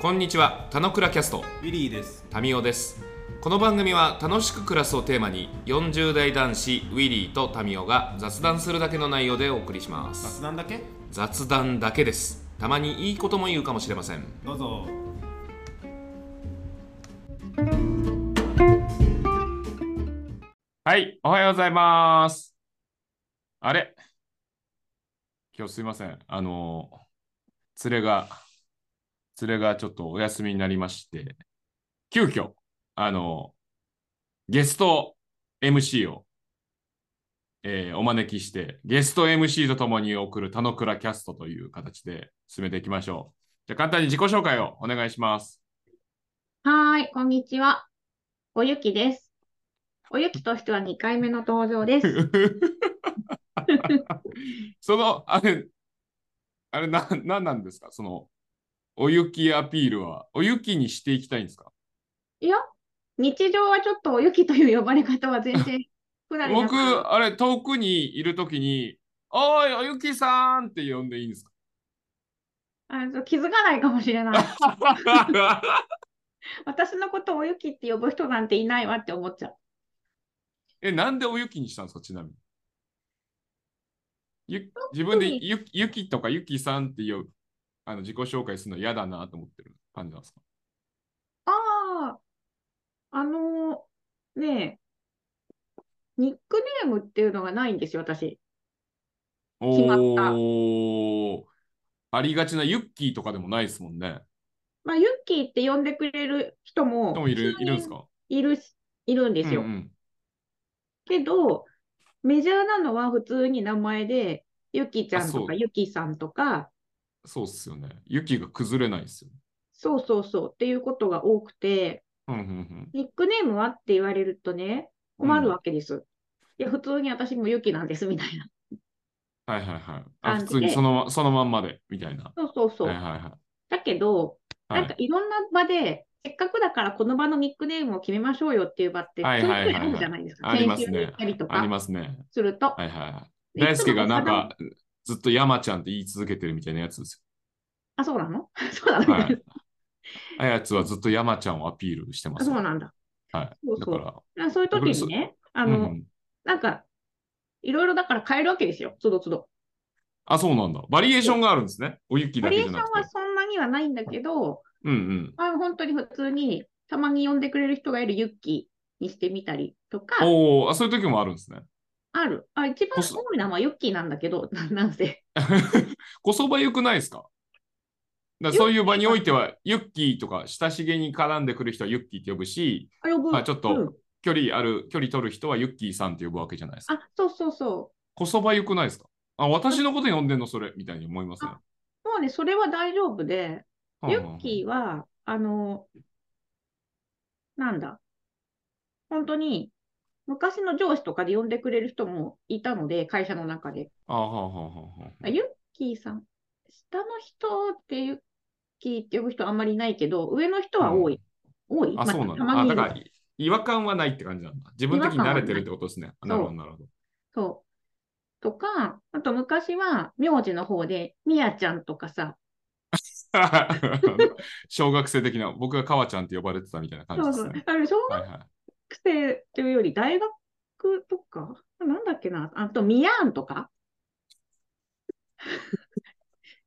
こんにちは、たのくらキャスト、ウィリーです。タミオです。この番組は楽しく暮らすをテーマに、40代男子ウィリーとタミオが雑談するだけの内容でお送りします。雑談だけ雑談だけです。たまにいいことも言うかもしれません。どうぞ。はい、おはようございます。あれ今日すいません。あの、連れが、連れがちょっとお休みになりまして、急遽、あの、ゲスト MC を、えーお招きして、ゲスト MC とともに送る田野倉キャストという形で進めていきましょう。じゃあ簡単に自己紹介をお願いします。はーい、こんにちは。おゆきです。おゆきとしては2回目の登場です。 その、あれ、あれ、な、なんなんですかその、お雪アピールは、お雪にしていきたいんですかいや、日常はちょっとおゆきという呼ばれ方は全 然不慣れなく僕、あれ、遠くにいるときに、おーい、お雪さんって呼んでいいん ですかあそう気づかないかもしれない。 私のことをおゆきって呼ぶ人なんていないわって思っちゃう。え、なんでお雪にしたんですかちなみに。ゆ自分で特にゆゆきとかゆきさんって呼ぶ、あの、自己紹介するの嫌だなと思ってる感じなんですかああ、あのーねえ、ニックネームっていうのがないんですよ、私。決まったおーありがちなユッキーとかでもないですもんね。まあ、ゆっきーって呼んでくれる人もでもいるいるんですかかいるし、いるんですようん。うんけど、メジャーなのは普通に名前で、ゆきちゃんあそとかうゆきさんとか、そうっすよね。ユキが崩れないっすよ。そうそうそうっていうことが多くて、うんうんうん、ニックネームはって言われるとね、困るわけです。いや、普通に私もゆきなんですみたいな。はいはいはい。あ普感じ通でにそのまそのまんまでみたいな。そうそうそう。はいはいはい。だけど、はなんかいろんな場で、せっかくだからこの場のニックネームを決めましょうよっていう場って、はいちょはいいはちょいはいいあるじゃないですか。あります研修にね行ったりとありかますね。すると。はいはいはい。で大輔がなんいつも他のかずっと山ちゃんって言い続けてるみたいなやつですあ、そうなのそうなよ。の、 はい。あやつはずっと山ちゃんをアピールしてまあ、すよ。そはうい。なんだ。だそうかそうら、あそういう時にね、あの、うんうんなんか、いろいろだから変えるわけですよ、つどつど。あ、そうなんだ。バリエーションがあるんですね。おゆきバだリけエじーシゃョなンくはて。そんなにはないんだけど、うんうん。まあ、本当に普通に、たまに呼んでくれる人がいるユッキーにしてみたりと か、おーあ、そういう時もあるんですね。ある。あ一番こそ多いのはユッキーなんだけど、 ななんせ。こそばよくないですかだからそういう場においては、ユッキーとか親しげに絡んでくる人はユッキーって呼ぶし、あ、呼ぶ。まあ、ちょっうんと距離ある、距離取る人はユッキーさんって呼ぶわけじゃないですか。あ、そうそうそこそばよくないですかあ、私のこと呼んでんのそれみたいに思いますね。う。もうね、それは大丈夫で、ユッー。キーは、あの、なんだ。本当に、昔の上司とかで呼んでくれる人もいたので、会社の中で。あはあはあはあはあ。ユッキーさん、下の人ってユッキーって呼ぶ人あんまりいないけど、上の人は多い。多いあ、そうなんだ。まあたまあ、にだいかるら、違和感はないって感じなんだ。自分的に慣れてるってことですね。あ違な和る感ほど、はななるほど。そう。とか、あと昔は名字の方で、みやちゃんとかさ、 小学生的な、僕が川ちゃんって呼ばれてたみたいな感じそうでそすうね。。あれ、小はい学はい。生というより大学とか、なんだっけな、あとみやんとか。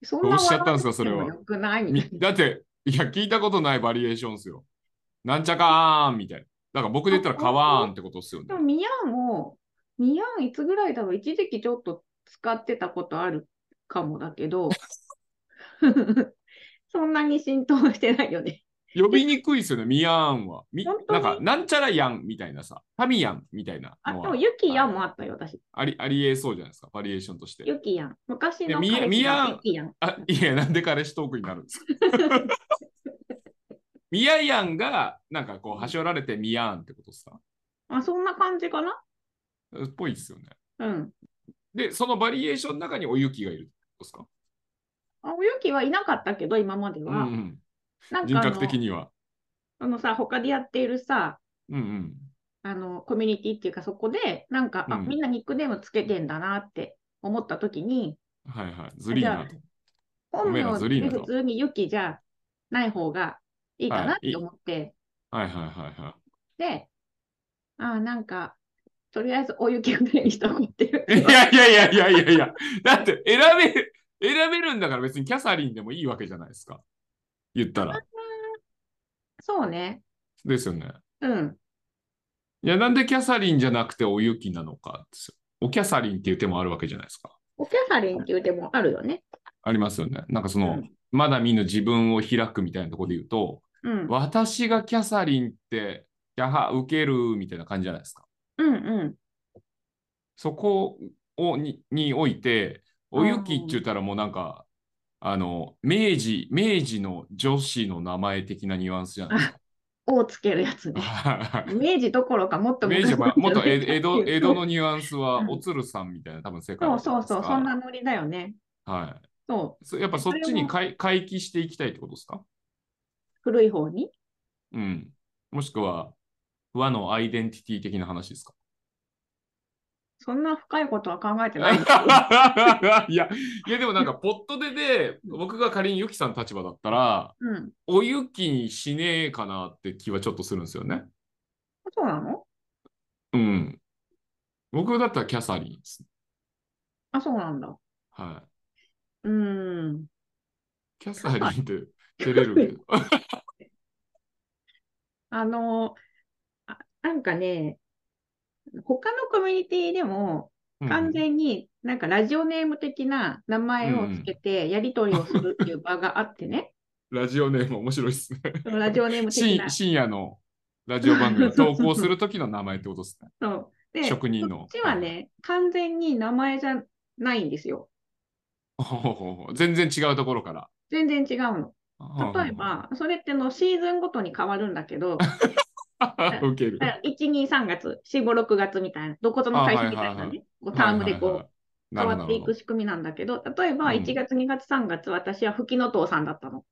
そんなどうしちゃったんですかそれは笑わなくてもよくないみたいみ だって、いや、聞いたことないバリエーションですよ。なんちゃかーんみたいな。だから僕で言ったらかわーんってことですよねな。で。も、みやんを、みやんいつぐらいだろう、一時期ちょっと使ってたことあるかもだけど、 そんなに浸透してないよね。呼びにくいですよね、みやーんは。み本当なんにか、なんちゃらやんみたいなさ、タミヤンみたいなあ、でのも、はゆきやんもあったよ、私。ありありえそうじゃないですか、バリエーションとして。ゆきやん。昔えのみや彼氏みやんだったゆきやん。あいや、なんで彼氏トークになるん ですか。みややんが、なんかこう、端折られてみやーんってことですか。あ、そんな感じかなっぽいですよね。うん。で、そのバリエーションの中におゆきがいるってことですか。あおゆきはいなかったけど、今までうんは。うん、なん人かあ格の、的には。あのさ、他でやっているさ、うんうん。あの、コミュニティっていうか、そこで、なんか、あ、うんみんなニックネームつけてんだなって思ったときに、はいはい。ずりーなと。本おめえら名ずりーでなと普通にゆきじゃない方がいいかなっはいて思って、はいはいはいはい。で、ああ、なんか、とりあえずお雪ぐらいにしとこうっていう。いやいやいやいやいやいや、だって選べる、選べるんだから別にキャサリンでもいいわけじゃないですか。言ったら。そうね。ですよね。うん。いや、なんでキャサリンじゃなくておゆきなのかですよ。おキャサリンっていう手もあるわけじゃないですか。おキャサリンっていう手もあるよね。ありますよね。なんかそうの、ん。まだ見ぬ自分を開くみたいなところで言うと、うん。私がキャサリンって、やは、受けるみたいな感じじゃないですか。うん。うん。そこをににおいて、おゆきって言ったらもうなんか、あの、明治、明治の女子の名前的なニュアンスじゃないです か。をつけるやつね。はい明治どころかもっと明治は、もっと江江戸江戸のの。ニュアンスはう、んおつるさんみたいな多分世界そだうと思そんうですそう、がそんなノリだよね。はそう、い。そやっぱそっちそれにも回回帰していきたいってことですか古い方に。うん。もしくは、和のアイデンティティ的な話ですかそんな深いことは考えてないですよ。 いや、いやでもなんか、ポットでで、僕が仮にユキさんの立場だったら、うん。おゆきにしねえかなって気はちょっとするんですよね。そうなのうん。僕だったらキャサリンです。あ、そうなんだ。はい。うーん。キャサリンって照れるけど。あの、あなんかね、他のコミュニティでもうん 完全になんかラジオネーム的な名前をつけてやり取りをするっていう場があって ね、ラジオネーム面白いですね。そのラジオネーム的深な。深夜のラジオ番組に投稿するときの名前ってことです ね。そうで、こ職人のっちはね、完全に名前じゃないんですよ。ほほほほ全然違うところから。全然違うの。例えば、それってのシーズンごとに変わるんだけ ど、ば 受ける。 1、2、3月、4、5、6月みたいな、どことの会社みたいなね、こうタームでこう、う変わっていく仕組みなんだけど、例えばうん1月、2月、3月、私は吹きのうさんだったの。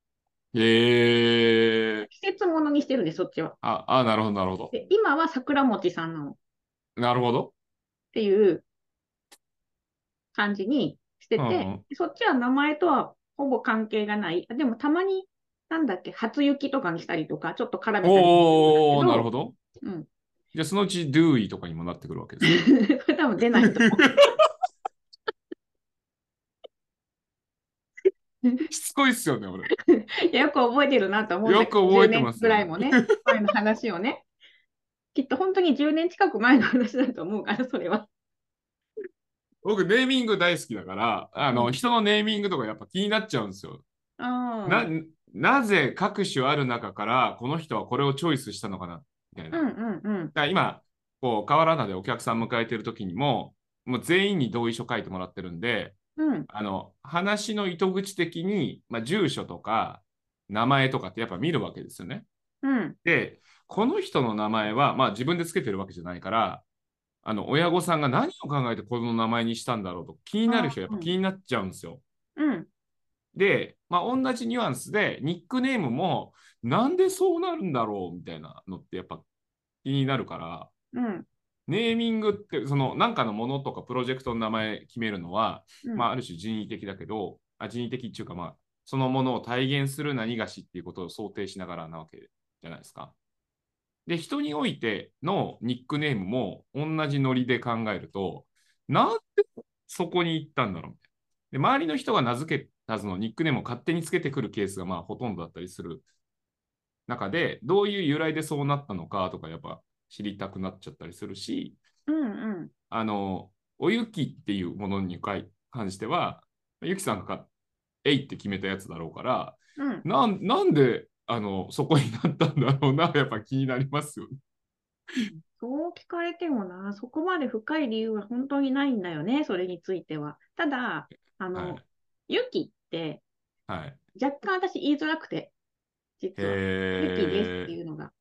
へえー。季節ものにしてるんで、そっちは。あ、あ、なるほど、なるほど。で、今は桜餅さんなのっなるほど。ていう感じにしてて、うんうんそっちは名前とはほぼ関係がない。あでもたまに、なんだっけ、初雪とかにしたりとか、ちょっと絡めたりおー、なるほど。ど。うん。じゃあ、そのうち、ドゥーイとかにもなってくるわけですね。 これ多分出ないと 思しつこいっすよね、俺。う。いやよく覚えてるなと思うんだけどよく覚えてます10年ぐらいもね、 前の話をね。きっと本当に10年近く前の話だと思うから、それは。僕、ネーミング大好きだから、あの、人のネーミングとかやっぱ気になっちゃうんですよ。あななぜ各種ある中からこの人はこれをチョイスしたのかなみたいな。うんだかうんうん。ら今こう河原菜でお客さん迎えてる時にももう全員に同意書書いてもらってるんでうんあの話の糸口的に、まあ、住所とか名前とかってやっぱ見るわけですよね。うんでこの人の名前は、まあ、自分でつけてるわけじゃないからあの親御さんが何を考えてこの名前にしたんだろうと気になる人はやっぱ気になっちゃうんですよ。うんで、まあ、同じニュアンスで、ニックネームも、なんでそうなるんだろうみたいなのってやっぱ気になるから、うんネーミングって、その、なんかのものとかプロジェクトの名前決めるのは、うん。まあ、ある種人為的だけど、あ人為的っていうか、まあ、そのものを体現する何がしっていうことを想定しながらなわけじゃないですか。で、人においてのニックネームも同じノリで考えると、なんでそこに行ったんだろうみたいな。で、周りの人が名付けたそのニックネームを勝手につけてくるケースがまあほとんどだったりする中で、どういう由来でそうなったのかとか、やっぱ知りたくなっちゃったりするし、うんうん。あの、おゆきっていうものに関しては、ゆきさんがえいって決めたやつだろうから、うん。なんなんであのそこになったんだろうな、 やっぱ気になりますよね。そう聞かれてもな、そこまで深い理由は本当にないんだよね、それについては。ただ、あの、はユキってい。はい、若干私言いづらくて、実は。ユキですってへいうのが。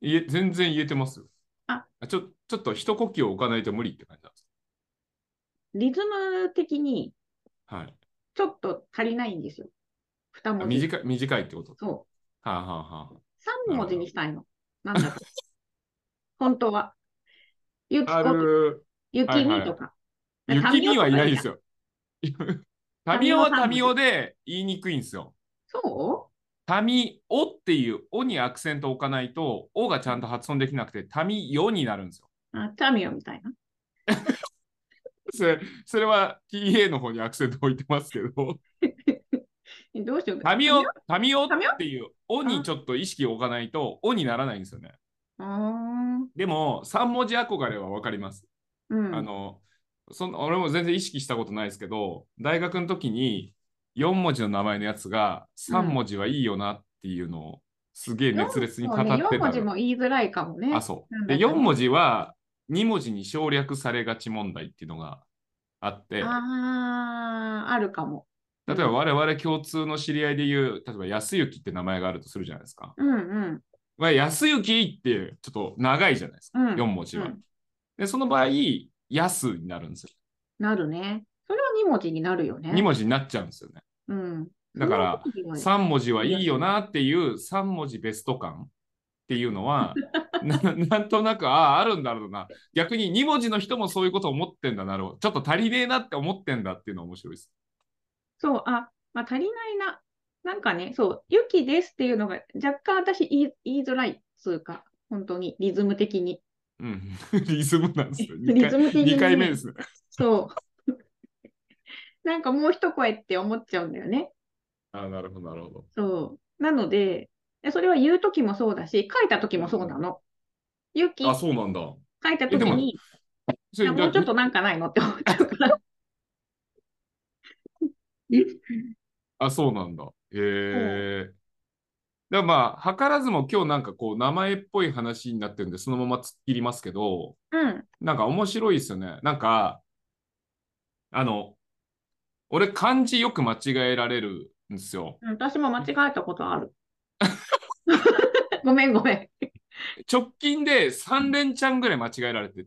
え。いえ全然言えてますよ。あちょちょっと一呼吸を置かないと無理って感じなんです。リズム的にはいちょっと足りないんですよ。二あ。文字。短い短いってこと。そはあ、はあはう。三文字にしたいの。なんだろう。本当は。ユキあ、あコとか、る。ユキミとか。雪にはいないですよ。 よ。タミオはタミオで言いにくいんですよ。そうタミオっていうオにアクセントを置かないと、オがちゃんと発音できなくて、タミヨになるんですよ。あ、タミオみたいな。それそれは TA の方にアクセント置いてますけ ど、えどうしよう。タミオ、タミオっタミオていうオにちょっと意識を置かないと、オにならないんですよね。あーでも、3文字憧れはわかります。うん。あのその俺も全然意識したことないですけど大学の時に4文字の名前のやつが3文字はいいよなっていうのをすげえ熱烈に語ってたそうね、4文字の、も言いづらいかもね。あそうなでんだ4ろう文字は2文字に省略されがち問題っていうのがあってあーあるかも。例えば我々共通の知り合いで言う例えば安幸って名前があるとするじゃないですか。うんうん。まあ、安幸っていうちょっと長いじゃないですか、うん4文字は。うんでその場合安になるんですよ。なるね。それは2文字になるよね。 2文字になっちゃうんですよね。うん。だからその時は3文字はいいよなっていう3文字ベスト感っていうの はななんとなくあああるんだろうな逆に2文字の人もそういうこと思ってんだなろうちょっと足りねえなって思ってんだっていうのは面白いですそう、あ、まあ、足りないな。なんかね、そう、ゆきですっていうのが若干私言い言いづらいっつうか、本当にリズム的に。うん リズムなんですよ 2, リズ回ム的に、二回目ですねそう。 なんかもう一声って思っちゃうんだよね。あなるほどなるほどそう。なので、でそれは言うときもそうだし、書いたときもそうなの。ゆき、あ書そうなんだいたときえでもに、それもうちょっとなんかないのって思っちゃうから。 あそうなんだへえだからまあ図らずも今日なんかこう名前っぽい話になってるんでそのまま突っ切りますけどうん。なんか面白いですよね。なんか、あの、俺漢字よく間違えられるんですよ。私も間違えたことある。 ごめんごめん。直近で3連チャンぐらい間違えられて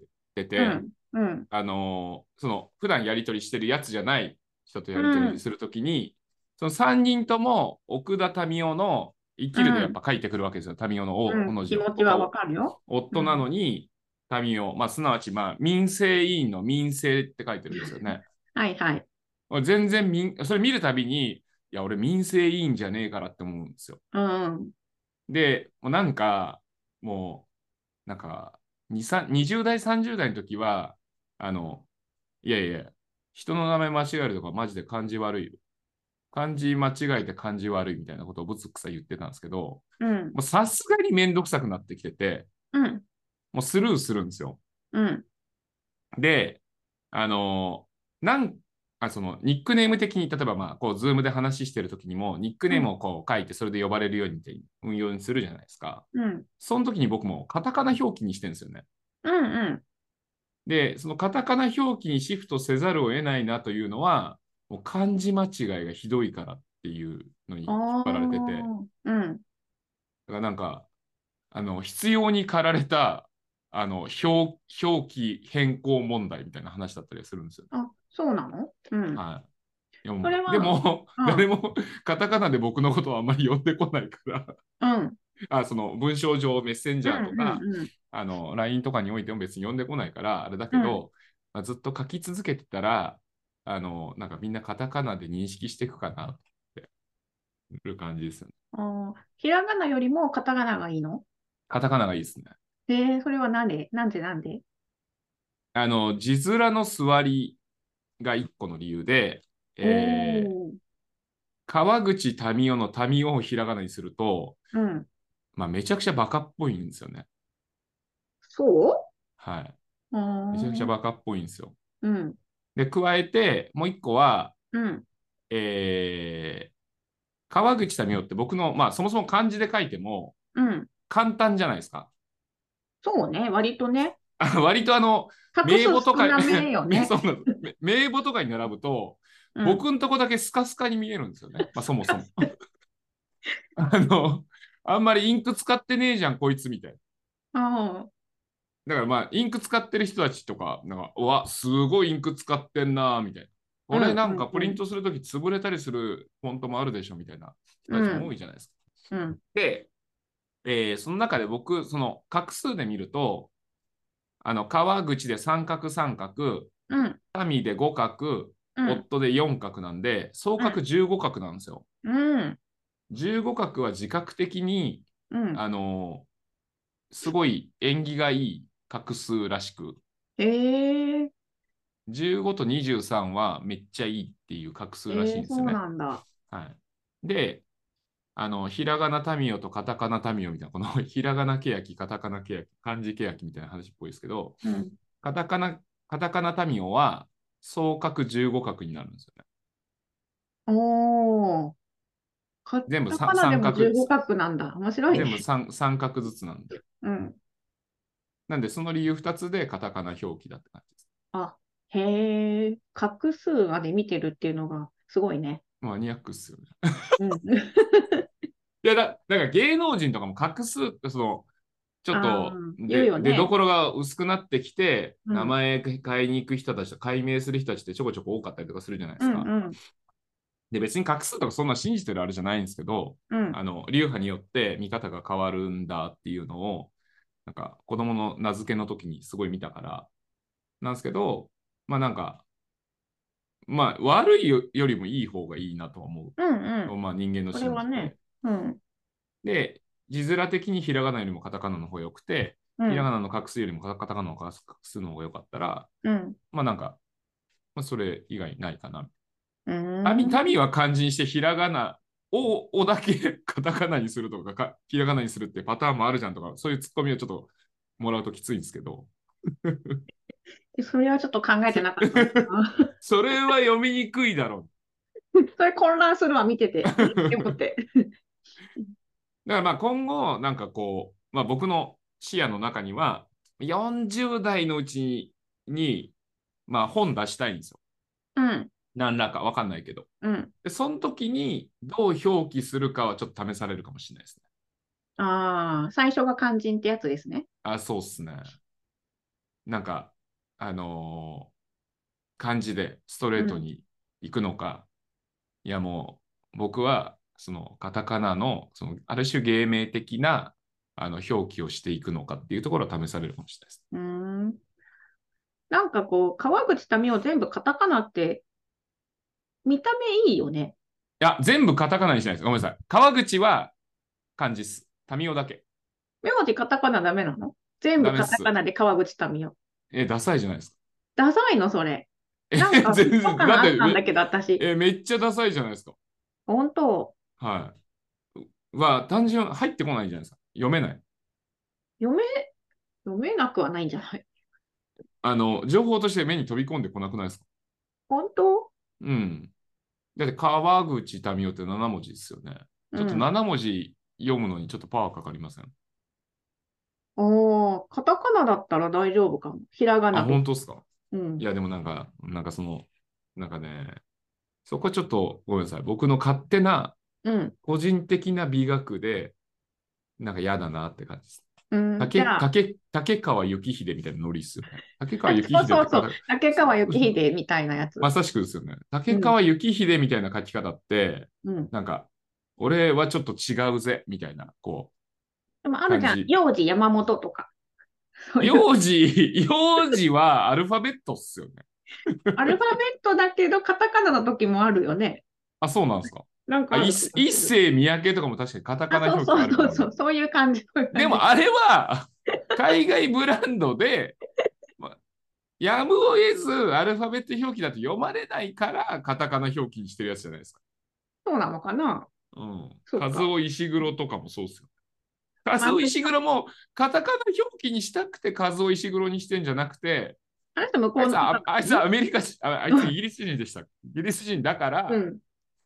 て、うん。うん。あのーその、普段やり取りしてるやつじゃない人とやり取りするときに、その3人とも奥田民生の生きるでやっぱ書いてくるわけですよ。民生の王、うん王の字気を持ちはわかるよ。夫なのに、民生、まあ、すなわち、まあ、民生委員の民生って書いてるんですよね。はいはい。俺全然民、それ見るたびに、いや、俺民生委員じゃねえからって思うんですよ。うん。で、もうなんか、もう、なんか、にさん20代、30代の時は、あの、いやいや、人の名前間違えるとか、マジで漢字悪いよ。漢字間違えて漢字悪いみたいなことをぶつくさ言ってたんですけど、もうん。うさすがにめんどくさくなってきてて、うん。もうスルーするんですよ。うん。で、あのなんあそのニックネーム的に、例えば、まあ、こう、ズームで話してる時にも、ニックネームをこう書いて、それで呼ばれるようにって運用にするじゃないですか。うん。その時に僕もカタカナ表記にしてるんですよね。うん。うん。で、そのカタカナ表記にシフトせざるを得ないなというのは、もう漢字間違いがひどいからっていうのに引っ張られてて、だかあーうん。らなんか、あの、必要に駆られた、あの表、表記変更問題みたいな話だったりするんですよねあ、そうなのうん。はい。でもそれはでも、うん誰もカタカナで僕のことはあんまり呼んでこないから、うん。あその文章上メッセンジャーとか、うんうんあの LINE とかにおいても別に呼んでこないから、あれだけど、まあずっと書き続けてたら、あのなんかみんなカタカナで認識していくかなっていう感じですよね。うん。あーひらがなよりもカタカナがいいのカタカナがいいですね。で、それはなんでなんでなんであの字面の座りが一個の理由で、えーおー川口民夫の民夫をひらがなにすると、うん。まあ、めちゃくちゃバカっぽいんですよね。そはい。うあーめちゃくちゃバカっぽいんですよ。うん。で、加えて、もう一個は、うん。えー、川口民夫って僕の、まあ、そもそも漢字で書いてもうん。簡単じゃないですか。そうね。割とね。あ割とあの、画数名簿と少か、 なめよね。そうなのめ名簿とかに並ぶと、うん僕んとこだけスカスカに見えるんですよね。まあ、そも そも。あの、あんまりインク使ってねえじゃん、こいつみたいな。あだからまあ、インク使ってる人たちとか、なんか、うわ、すごいインク使ってんな、みたいな。こうんうんうれんなんかプリントするとき潰れたりするフォントもあるでしょ、みたいな人たちも多いじゃないですか。ーうん。で、えーその中で僕、その画数で見ると、あの、川口で三角三角、うん。民で五角、うん。夫で四角なんで、総角15角なんですよ。うん。 15画は自覚的に、うん。あのすごい縁起がいい画数らしく、ええ15と23はめっちゃいいっていう画数らしいんですそうよね。なんだ。はい、で、あの、ひらがな民代とカタカナ民代みたいな、この ひらがなけやき、カタカナけやき、漢字けやきみたいな話っぽいですけど、うん。カタカナ、カタカナ民代は総角15角になるんですよね。おー。カ全部タさカナでも三角15角なんだ。面白い全ね部。3, 三角ずつなんで。うん。なんで、その理由2つでカタカナ表記だって感じです。へえ、画数まで見てるっていうのがすごいね。マニアックっすよね。うん。いやだ、だから芸能人とかも画数って、その、ちょっあとー、言うで、よね出どころが薄くなってきて、うん名前買いに行く人たちと、解明する人たちってちょこちょこ多かったりとかするじゃないでうすんか。うん。で、別に画数とかそんな信じてるあれじゃないんですけど、うん。あの、流派によって見方が変わるんだっていうのを、なんか子供の名付けの時にすごい見たから、なんですけど、まあなんか、まあ悪いよよりもいい方がいいなとは思うんう。うん。まあ人間の心理これはねうん。で、字面的にひらがなよりもカタカナの方が良くて、うん。ひらがなの画数よりもカタカナの画数の方が良かったら、うん。まあなんか、まあ、それ以外ないかな。うタミん。タミは漢字にしてひらがなを、をだけカタカナにするとかか、ひらがなにするってパターンもあるじゃんとか、そういうツッコミをちょっともらうときついんですけど、それはちょっと考えてなかった な。それは読みにくいだろそれ混乱するわ、見 てて。う。って思って。だからまあ今後、なんかこう、まあ、僕の視野の中には、40代のうちに、まあ、本出したいんですよ。うん。何らか分かんないけど。うん。で、その時にどう表記するかはちょっと試されるかもしれないですね。ああ、最初が肝心ってやつですね。あ、そうっすね。なんか、あのー漢字でストレートに行くのか、いやもう僕はそのカタカナのそのある種芸名的なあの表記をしていくのかっていうところは試されるかもしれないです。うーん。なんかこう、川口民を全部カタカナって、見た目いいよね。いや、全部カタカナにしないです。ごめんなさい。川口は漢字っす。民生だけ。名字カタカナダメなの全部ダメっカすタカナで川口民を。え、ダサいじゃないですか。ダサいの、それ。えなんか、全然そうかなあったんだだってけど、私。え、めっちゃダサいじゃないですか。本当、はい。は、単純、入ってこないじゃないですか。読めない。読め、読めなくはないんじゃないあの、情報として目に飛び込んでこなくないですか本当うん。だって、川口民生って7文字ですよね。ちょっとうん7文字読むのにちょっとパワーかかりません。おー、カタカナだったら大丈夫かも。ひらがあ、なで。本当ですかうんい。や、でもなんか、なんかその、なんかね、そこはちょっとごめんなさい。僕の勝手な、うん。個人的な美学で、なんか嫌だなって感じです。うん。じ竹ゃあ、竹竹川幸秀みたいなノリっすよね。竹川幸秀そうってそうそう方竹川幸秀みたいなやつ。まさしくですよね。竹川幸秀みたいな書き方って、うん。なんか、俺はちょっと違うぜ、みたいな、こでもあるじゃ感じ。ん幼児山本 とか。そうう。いう幼児、幼児はアルファベットっすよね。アルファベットだけど、カタカナの時もあるよね。あ、そうなんですか。なんかああるい一世三宅とかも確かにカタカナあ表記そうあそるうかそらうそう、そういう感じ。でもあれは、海外ブランドで、まやむを得ず、アルファベット表記だと読まれないから、カタカナ表記にしてるやつじゃないですか。そうなのかな。うん。そうカかズオ石黒とかもそうっすよ。カズオ石黒もカタカナ表記にしたくてカズオ石黒にしてんじゃなくて、あの人向こあういつのああいつアメリカ人あ、あいつイギリス人でした。イギリス人だから、うん、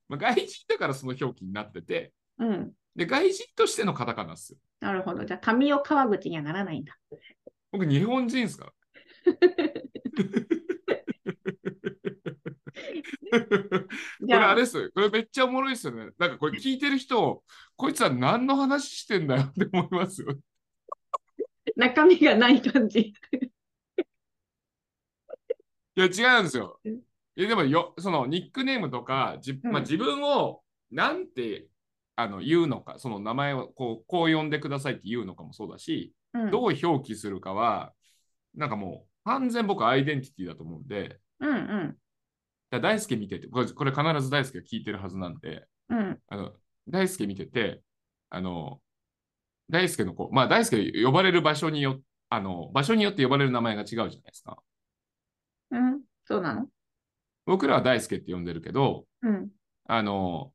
まあ、外人だからその表記になってて、うん。で、外人としてのカタカナっすよ。なるほど。じゃあ、民を川口にはならないんだ。僕、日本人っすから。じこれゃああ、れっすよ。これめっちゃおもろいっすよね。なんかこれ聞いてる人、こいつは何の話してんだよって思いますよ。中身がない感じ。いや、違うんですようん。いや、でもよ、そのニックネームとか、じうんまあ、自分をなんてあの言うのか、その名前をこうこう呼んでくださいって言うのかもそうだし、うん、どう表記するかは、なんかもう完全僕アイデンティティだと思うんで、うん、うん、だから大輔見てて、これこれ必ず大輔が聞いてるはずなんで、うん。あの大輔見てて、あの、大輔の子、まあ大輔呼ばれる場所によあの、場所によって呼ばれる名前が違うじゃないですか。うん、そうなの僕らは大輔って呼んでるけど、うん。あの、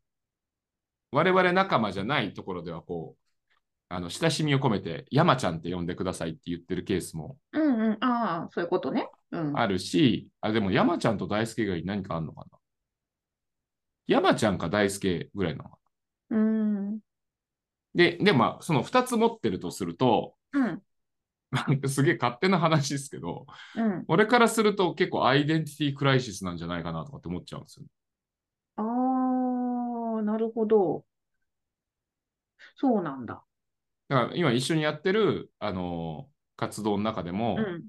我々仲間じゃないところではこう、あの、親しみを込めて山ちゃんって呼んでくださいって言ってるケースもうんうん。ああ、そういうことね。うん。あるし、あ、でも山ちゃんと大輔以外に何かあるのかな山ちゃんか大輔ぐらいなのかうん。なで、で、まあ、その2つ持ってるとすると、うん。なんかすげえ勝手な話ですけど、うん。俺からすると結構アイデンティティクライシスなんじゃないかなとかって思っちゃうんですよ。ああ、なるほど。そうなんだ。だから今一緒にやってる、あの活動の中でも、うん。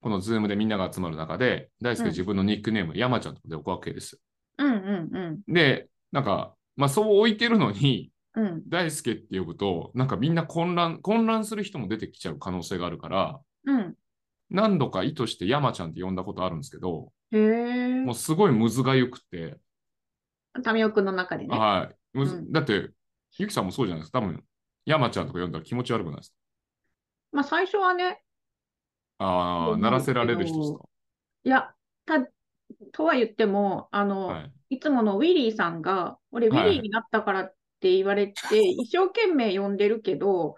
このズームでみんなが集まる中で、大輔うん自分のニックネーム、山ちゃんとかで置くわけですよ。うんうんうん。で、なんか、まあそう置いてるのに、 うん。大輔って呼ぶと、なんかみんな混乱、混乱する人も出てきちゃう可能性があるから、うん。何度か意図して山ちゃんって呼んだことあるんですけど、へえもう。すごいむずがゆくて、タミオくんの中でね。はい。むずうんだって、ゆきさんもそうじゃないですか。多分、山ちゃんとか呼んだら気持ち悪くないですか。まあ最初はね、あそうあ、思う鳴らせられる人ですか。いや、た、とは言っても、あの、はい。いつものウィリーさんが、俺、ウィはいリーになったからって言われ て、一生懸命呼んでるけど、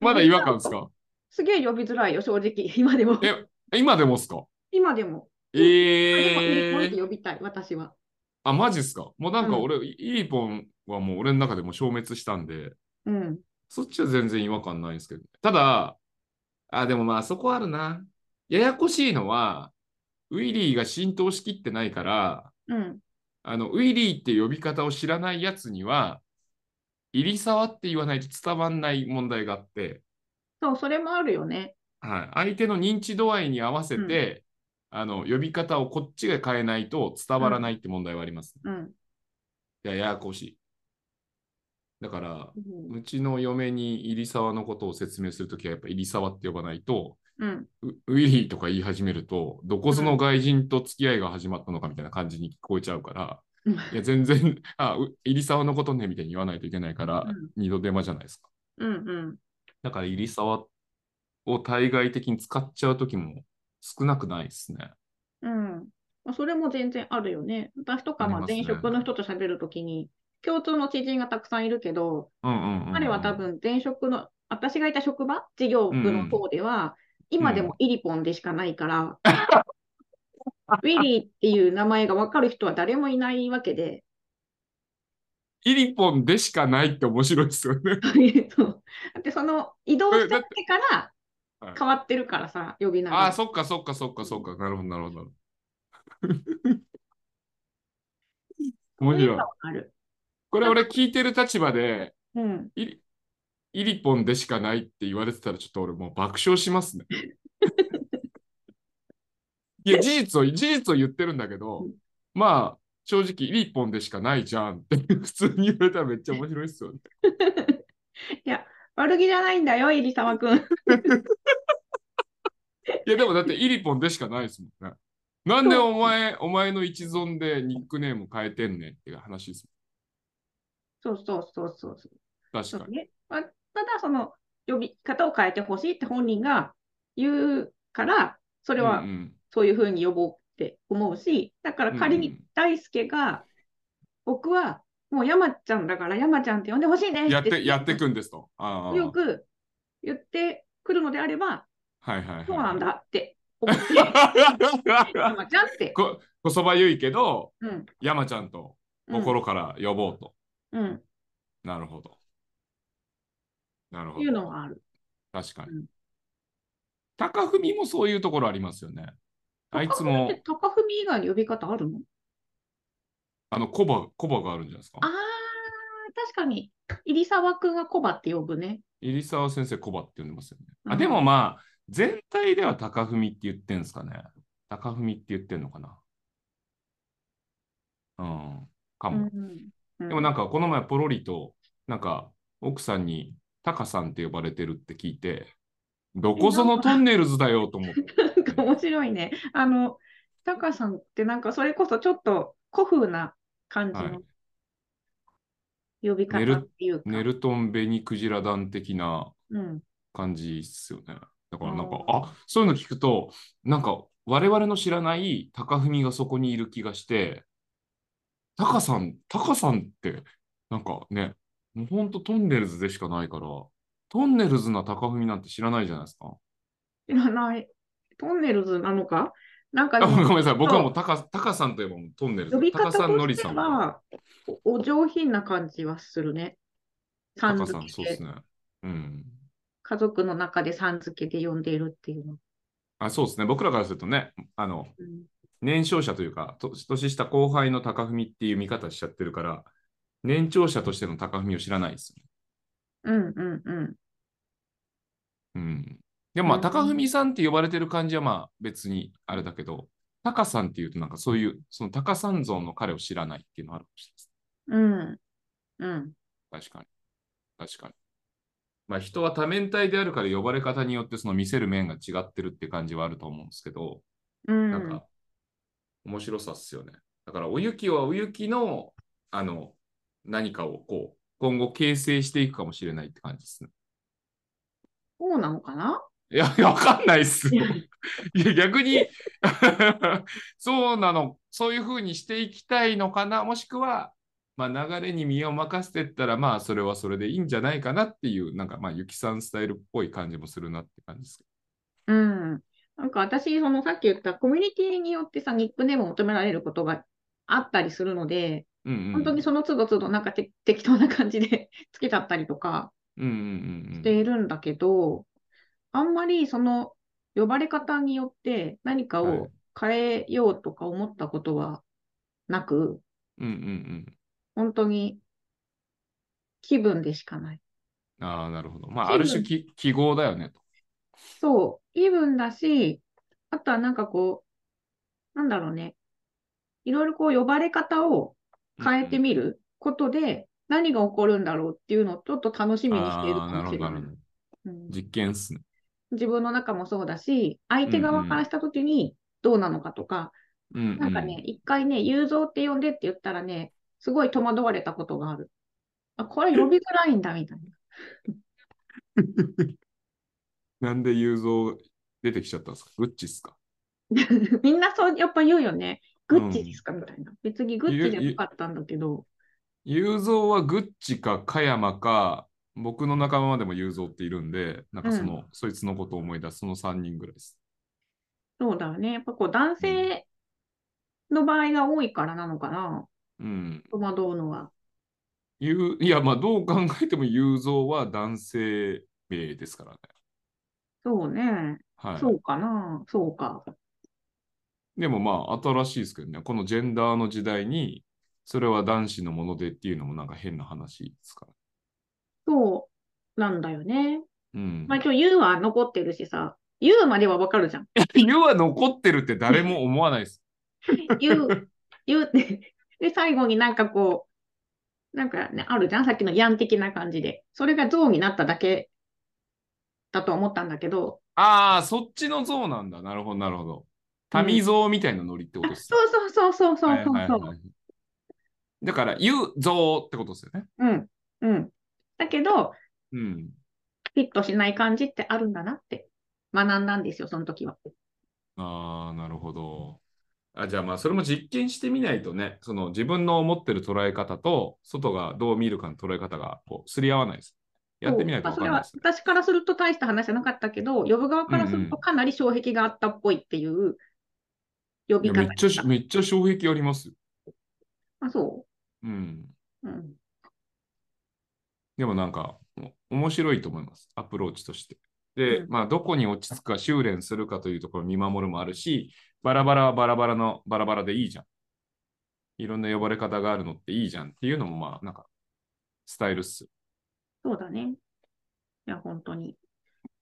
まだ違和感ですかすげえ呼びづらいよ、正直、今でも。ええ今でもっすか今でも。ええ今でもいい声で呼びたい、私は。あ、マジっすかもうなんかうん俺、イーポンはもう俺の中でも消滅したんで、うん。そっちは全然違和感ないんですけど、ただ、あ、でもまあそこあるな。ややこしいのは、ウィリーが浸透しきってないから、うん。あの、ウィリーって呼び方を知らないやつには、入り沢って言わないと伝わんない問題があって、そう、それもあるよね。はい、相手の認知度合いに合わせて、あの、呼び方をこっちが変えないと伝わらないって問題はあります、うん。いや、ややこしい。だから、うん。うちの嫁に入沢のことを説明するときは、やっぱ入沢って呼ばないと、うん。ウウィリーとか言い始めると、どこその外人と付き合いが始まったのかみたいな感じに聞こえちゃうから、うんいや、全然、あ、う入沢のことね、みたいに言わないといけないから、二度手間じゃないですか。うん。うん。だから、入沢を対外的に使っちゃうときも少なくないですね。うん。まあそれも全然あるよね。私とか、まあありますね前職の人と喋るときに、共通の知人がたくさんいるけど、うんうん、うん。彼は多、分前職の、私がいた職場、事業部の方では、今でもイリポンでしかないから、ウィリーっていう名前が分かる人は誰もいないわけで、イリポンでしかないって面白いですよね。そう だってその移動しちゃってからえだって変わってるからさ、呼び名ああ、が。そっかそっかそっかそっか。なるほど、なるほど。 面そうい白うのい。はある。これ俺聞いてる立場で、うん。イリイリポンでしかないって言われてたらちょっと俺もう爆笑しますね。いや、事実を、事実を言ってるんだけど、まあ、正直、イリポンでしかないじゃんって普通に言われたらめっちゃ面白いっすよね。いや、悪気じゃないんだよ、イリサマく ん。いや、でもだってイリポンでしかないですもんね。なんでお前、お前の一存でニックネーム変えてんねんっていう話ですそうそうそうそうそう。もん。確そかうに。ね。まあ、ただ、その呼び方を変えてほしいって本人が言うから、そそれはうんうんそういうふうに呼ぼうって思うし、だから仮うんうにん大輔が、僕はもう山ちゃんだから山ちゃんって呼んでほしいねやって、やってくんですと。ああ。よく言ってくるのであれば、はいはいはい。そう なんだって思って、山ちゃんって。こ、こそばゆいけど、うん。山ちゃんとうん心から呼ぼうと。うん。っなるほど。なるてほいど。うのはある。確かに。うん高文もそういうところありますよね。あいつも、高文以外の呼び方あるのあの、コバ、コバがあるんじゃないですかあ。ー、確かに。入沢くんがコバって呼ぶね。入沢先生、コバって呼んでますよね。うあんでもまあ、全体では高文って言ってんすかね。高文って言ってんのかな。うん、かうも。ん。でもなんか、か、この前、ポロリと、なんか、奥さんに、タカさんって呼ばれてるって聞いて、どこそのトンネルズだよと思って。 なんか面白いね。あの、タカさんってなんかそれこそちょっと古風な感じはいの。呼びネ方ルっていうか。ネルトン・ベニクジラ団的なうん。感じっすよね。だからなんか、ああそういうの聞くと、なんか我々の知らない高文がそこにいる気がして、高さん、高さんって、なんかね、もうほんとトンネルズでしかないから、トンネルズな高文なんて知らないじゃないですか。知らない。トンネルズなのかなんかあでごめも、んなさい、僕はもう高高さんといえばもうトンネルズ呼。び高方さん、のとりしてさんは。は、おお上品な感じはするね。さん高付さん、そうでけですね。うん。家族の中でさん付けで呼んでいるっていうの。あそうですね。僕らからするとね、あの、うん年少者というか、と年下後輩の高文っていう見方しちゃってるから、年長者としての高文を知らないですよね。うんうんうん。うん。でもまあ、うん高文さんって呼ばれてる感じはまあ別にあれだけど、高さんっていうとなんかそういう、その高さん像の彼を知らないっていうのはあるかもしれないです。うん。うん。確かに。確かに。まあ人は多面体であるから呼ばれ方によってその見せる面が違ってるって感じはあると思うんですけど、うん。なんか、面白さっすよね。だから、おゆきはおゆきの、あの、何かを、こう、今後形成していくかもしれないって感じですね。そうなのかないや、いやわかんないっす。いいやや、逆に、 そうなの、そういうふうにしていきたいのかな、もしくは、まあ、流れに身を任せてったら、まあ、それはそれでいいんじゃないかなっていう、なんか、まあ、ゆきさんスタイルっぽい感じもするなって感じですけうん。なんか私、そのさっき言ったコミュニティによってさ、ニックネームを求められることがあったりするので、ど。うん、うん。本当にその都度都度なんかて適当な感じで つけちゃったりとか、うん、うん、うん。しているんだけど、あんまりその呼ばれ方によって何かはいを変えようとか思ったことはなく、うん、うん、うん。本当に気分でしかない。ああ、なるほど。まあ、気あ分る種き記号だよねと。そう、気分だし、あとはなんかこう、なんだろうね、いろいろこう呼ばれ方を変えてみることで、何が起こるんだろうっていうのをちょっと楽しみにしているかああー、なるもほしど、れなるなほ。いど。うん実験っすね。自分の中もそうだし、相手うんう側んからしたときにどうなのかとか、うん、うん。なんかね、一回ね、雄三って呼んでって言ったらね、すごい戸惑われたことがある。あ、これ呼びづらいんだみたいなんで雄三出てきちゃったんですかグッチっすかな。 みんなそう、やっぱ言うよね。グッチですかみたいな。別にグッチじゃなかったんだけど、雄三はグッチか加山か、僕の仲間までも雄三っているんで、なんかその、そいつのことを思い出す、その3人ぐらいです。そうだよね。やっぱこう、男性の場合が多いからなのかな、うん。戸惑うのは。ゆういや、まあ、どう考えても雄三は男性名ですからね。そうね。はい。そうかな。そうか。でもまあ新しいですけどね、このジェンダーの時代に、それは男子のものでっていうのもなんか変な話ですから。そうなんだよね。うん。まあ、今日 U は残ってるしさ、U まではわかるじゃん。湯は残ってるって誰も思わないです。 U、U って。で、最後になんかこう、なんかね、あるじゃんさっきのヤン的な感じで。それが像になっただけだと思ったんだけど、ああ、そっちの像なんだ。なるほど、なるほど。民像みたいなノリってことですそうそうそうそうそうそうそう。はいはいはいだから、湯像ってことですよね。うん、うん。だけど、うん。フィットしない感じってあるんだなって学んだんですよ、その時は。ああ、なるほど。あ、じゃあまあ、それも実験してみないとね、その自分の思ってる捉え方と、外がどう見るかの捉え方が、こう、すり合わないです。やってみないとそ分うかんまないあでそす。れは私からすると大した話じゃなかったけど、呼ぶ側からすうんるうとんかなり障壁があったっぽいっていう呼いびやめ方っちゃし、めっちゃ衝撃ありますよ。あ、そうん。う。うんでもなんか、お面白いと思います。アプローチとして。で、うんまあ、どこに落ち着くか修練するかというところを見守るもあるし、バラバラはバラバラのバラバラでいいじゃん。いろんな呼ばれ方があるのっていいじゃんっていうのも、まあ、なんか、スタイルっすよ。そうだね。いや、本当に。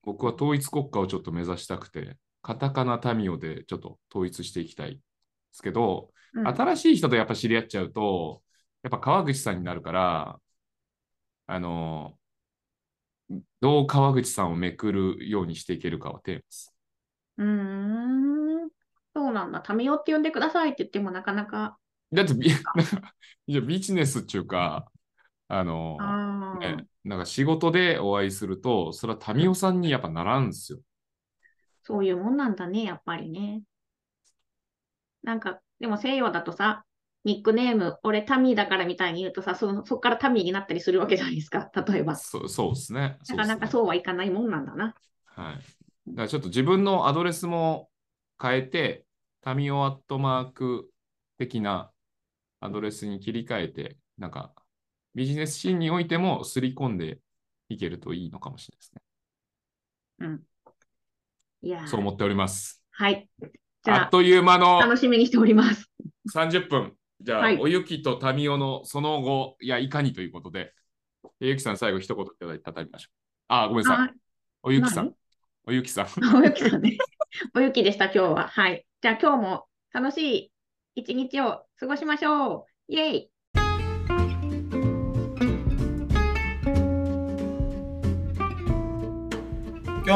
僕は統一国家をちょっと目指したくて、カタカナタミオでちょっと統一していきたいですけど、うん、新しい人とやっぱ知り合っちゃうと、やっぱ川口さんになるから、あの、どう川口さんをめくるようにしていけるかはテーマです。うーん。そうなんだ。タミオって呼んでくださいって言ってもなかなか。 だってビ、いやビジネスっていうか、あの、ああ、ね、なんか仕事でお会いすると、それは民生さんにやっぱならんですよ。そういうもんなんだね、やっぱりね。なんか、でも西洋だとさ、ニックネーム、俺タミーだからみたいに言うとさ、その、そこからタミーになったりするわけじゃないですか、 例えば。そそうですね。なかなかうそうはいかないもんなんだな。っすね。はい。だからちょっと自分のアドレスも変えて、民生アットマーク的なアドレスに切り替えて、なんかビジネスシーンにおいても刷り込んでいけるといいのかもしれないですね。うん。いやーそう思っております。はい。じあっゃという間あ、の楽しみにしております。 30分。じゃあ、はいおゆきと民生のその後、いや、いかにということで、でゆきさん、最後、一言いただいてたたみましょう。あー、ごめんなさい。はい。おゆきさん何。おゆきさん。おゆきさんね。おゆきでした、今日は。はい。じゃあ、今日も楽しい一日を過ごしましょう。イエイ今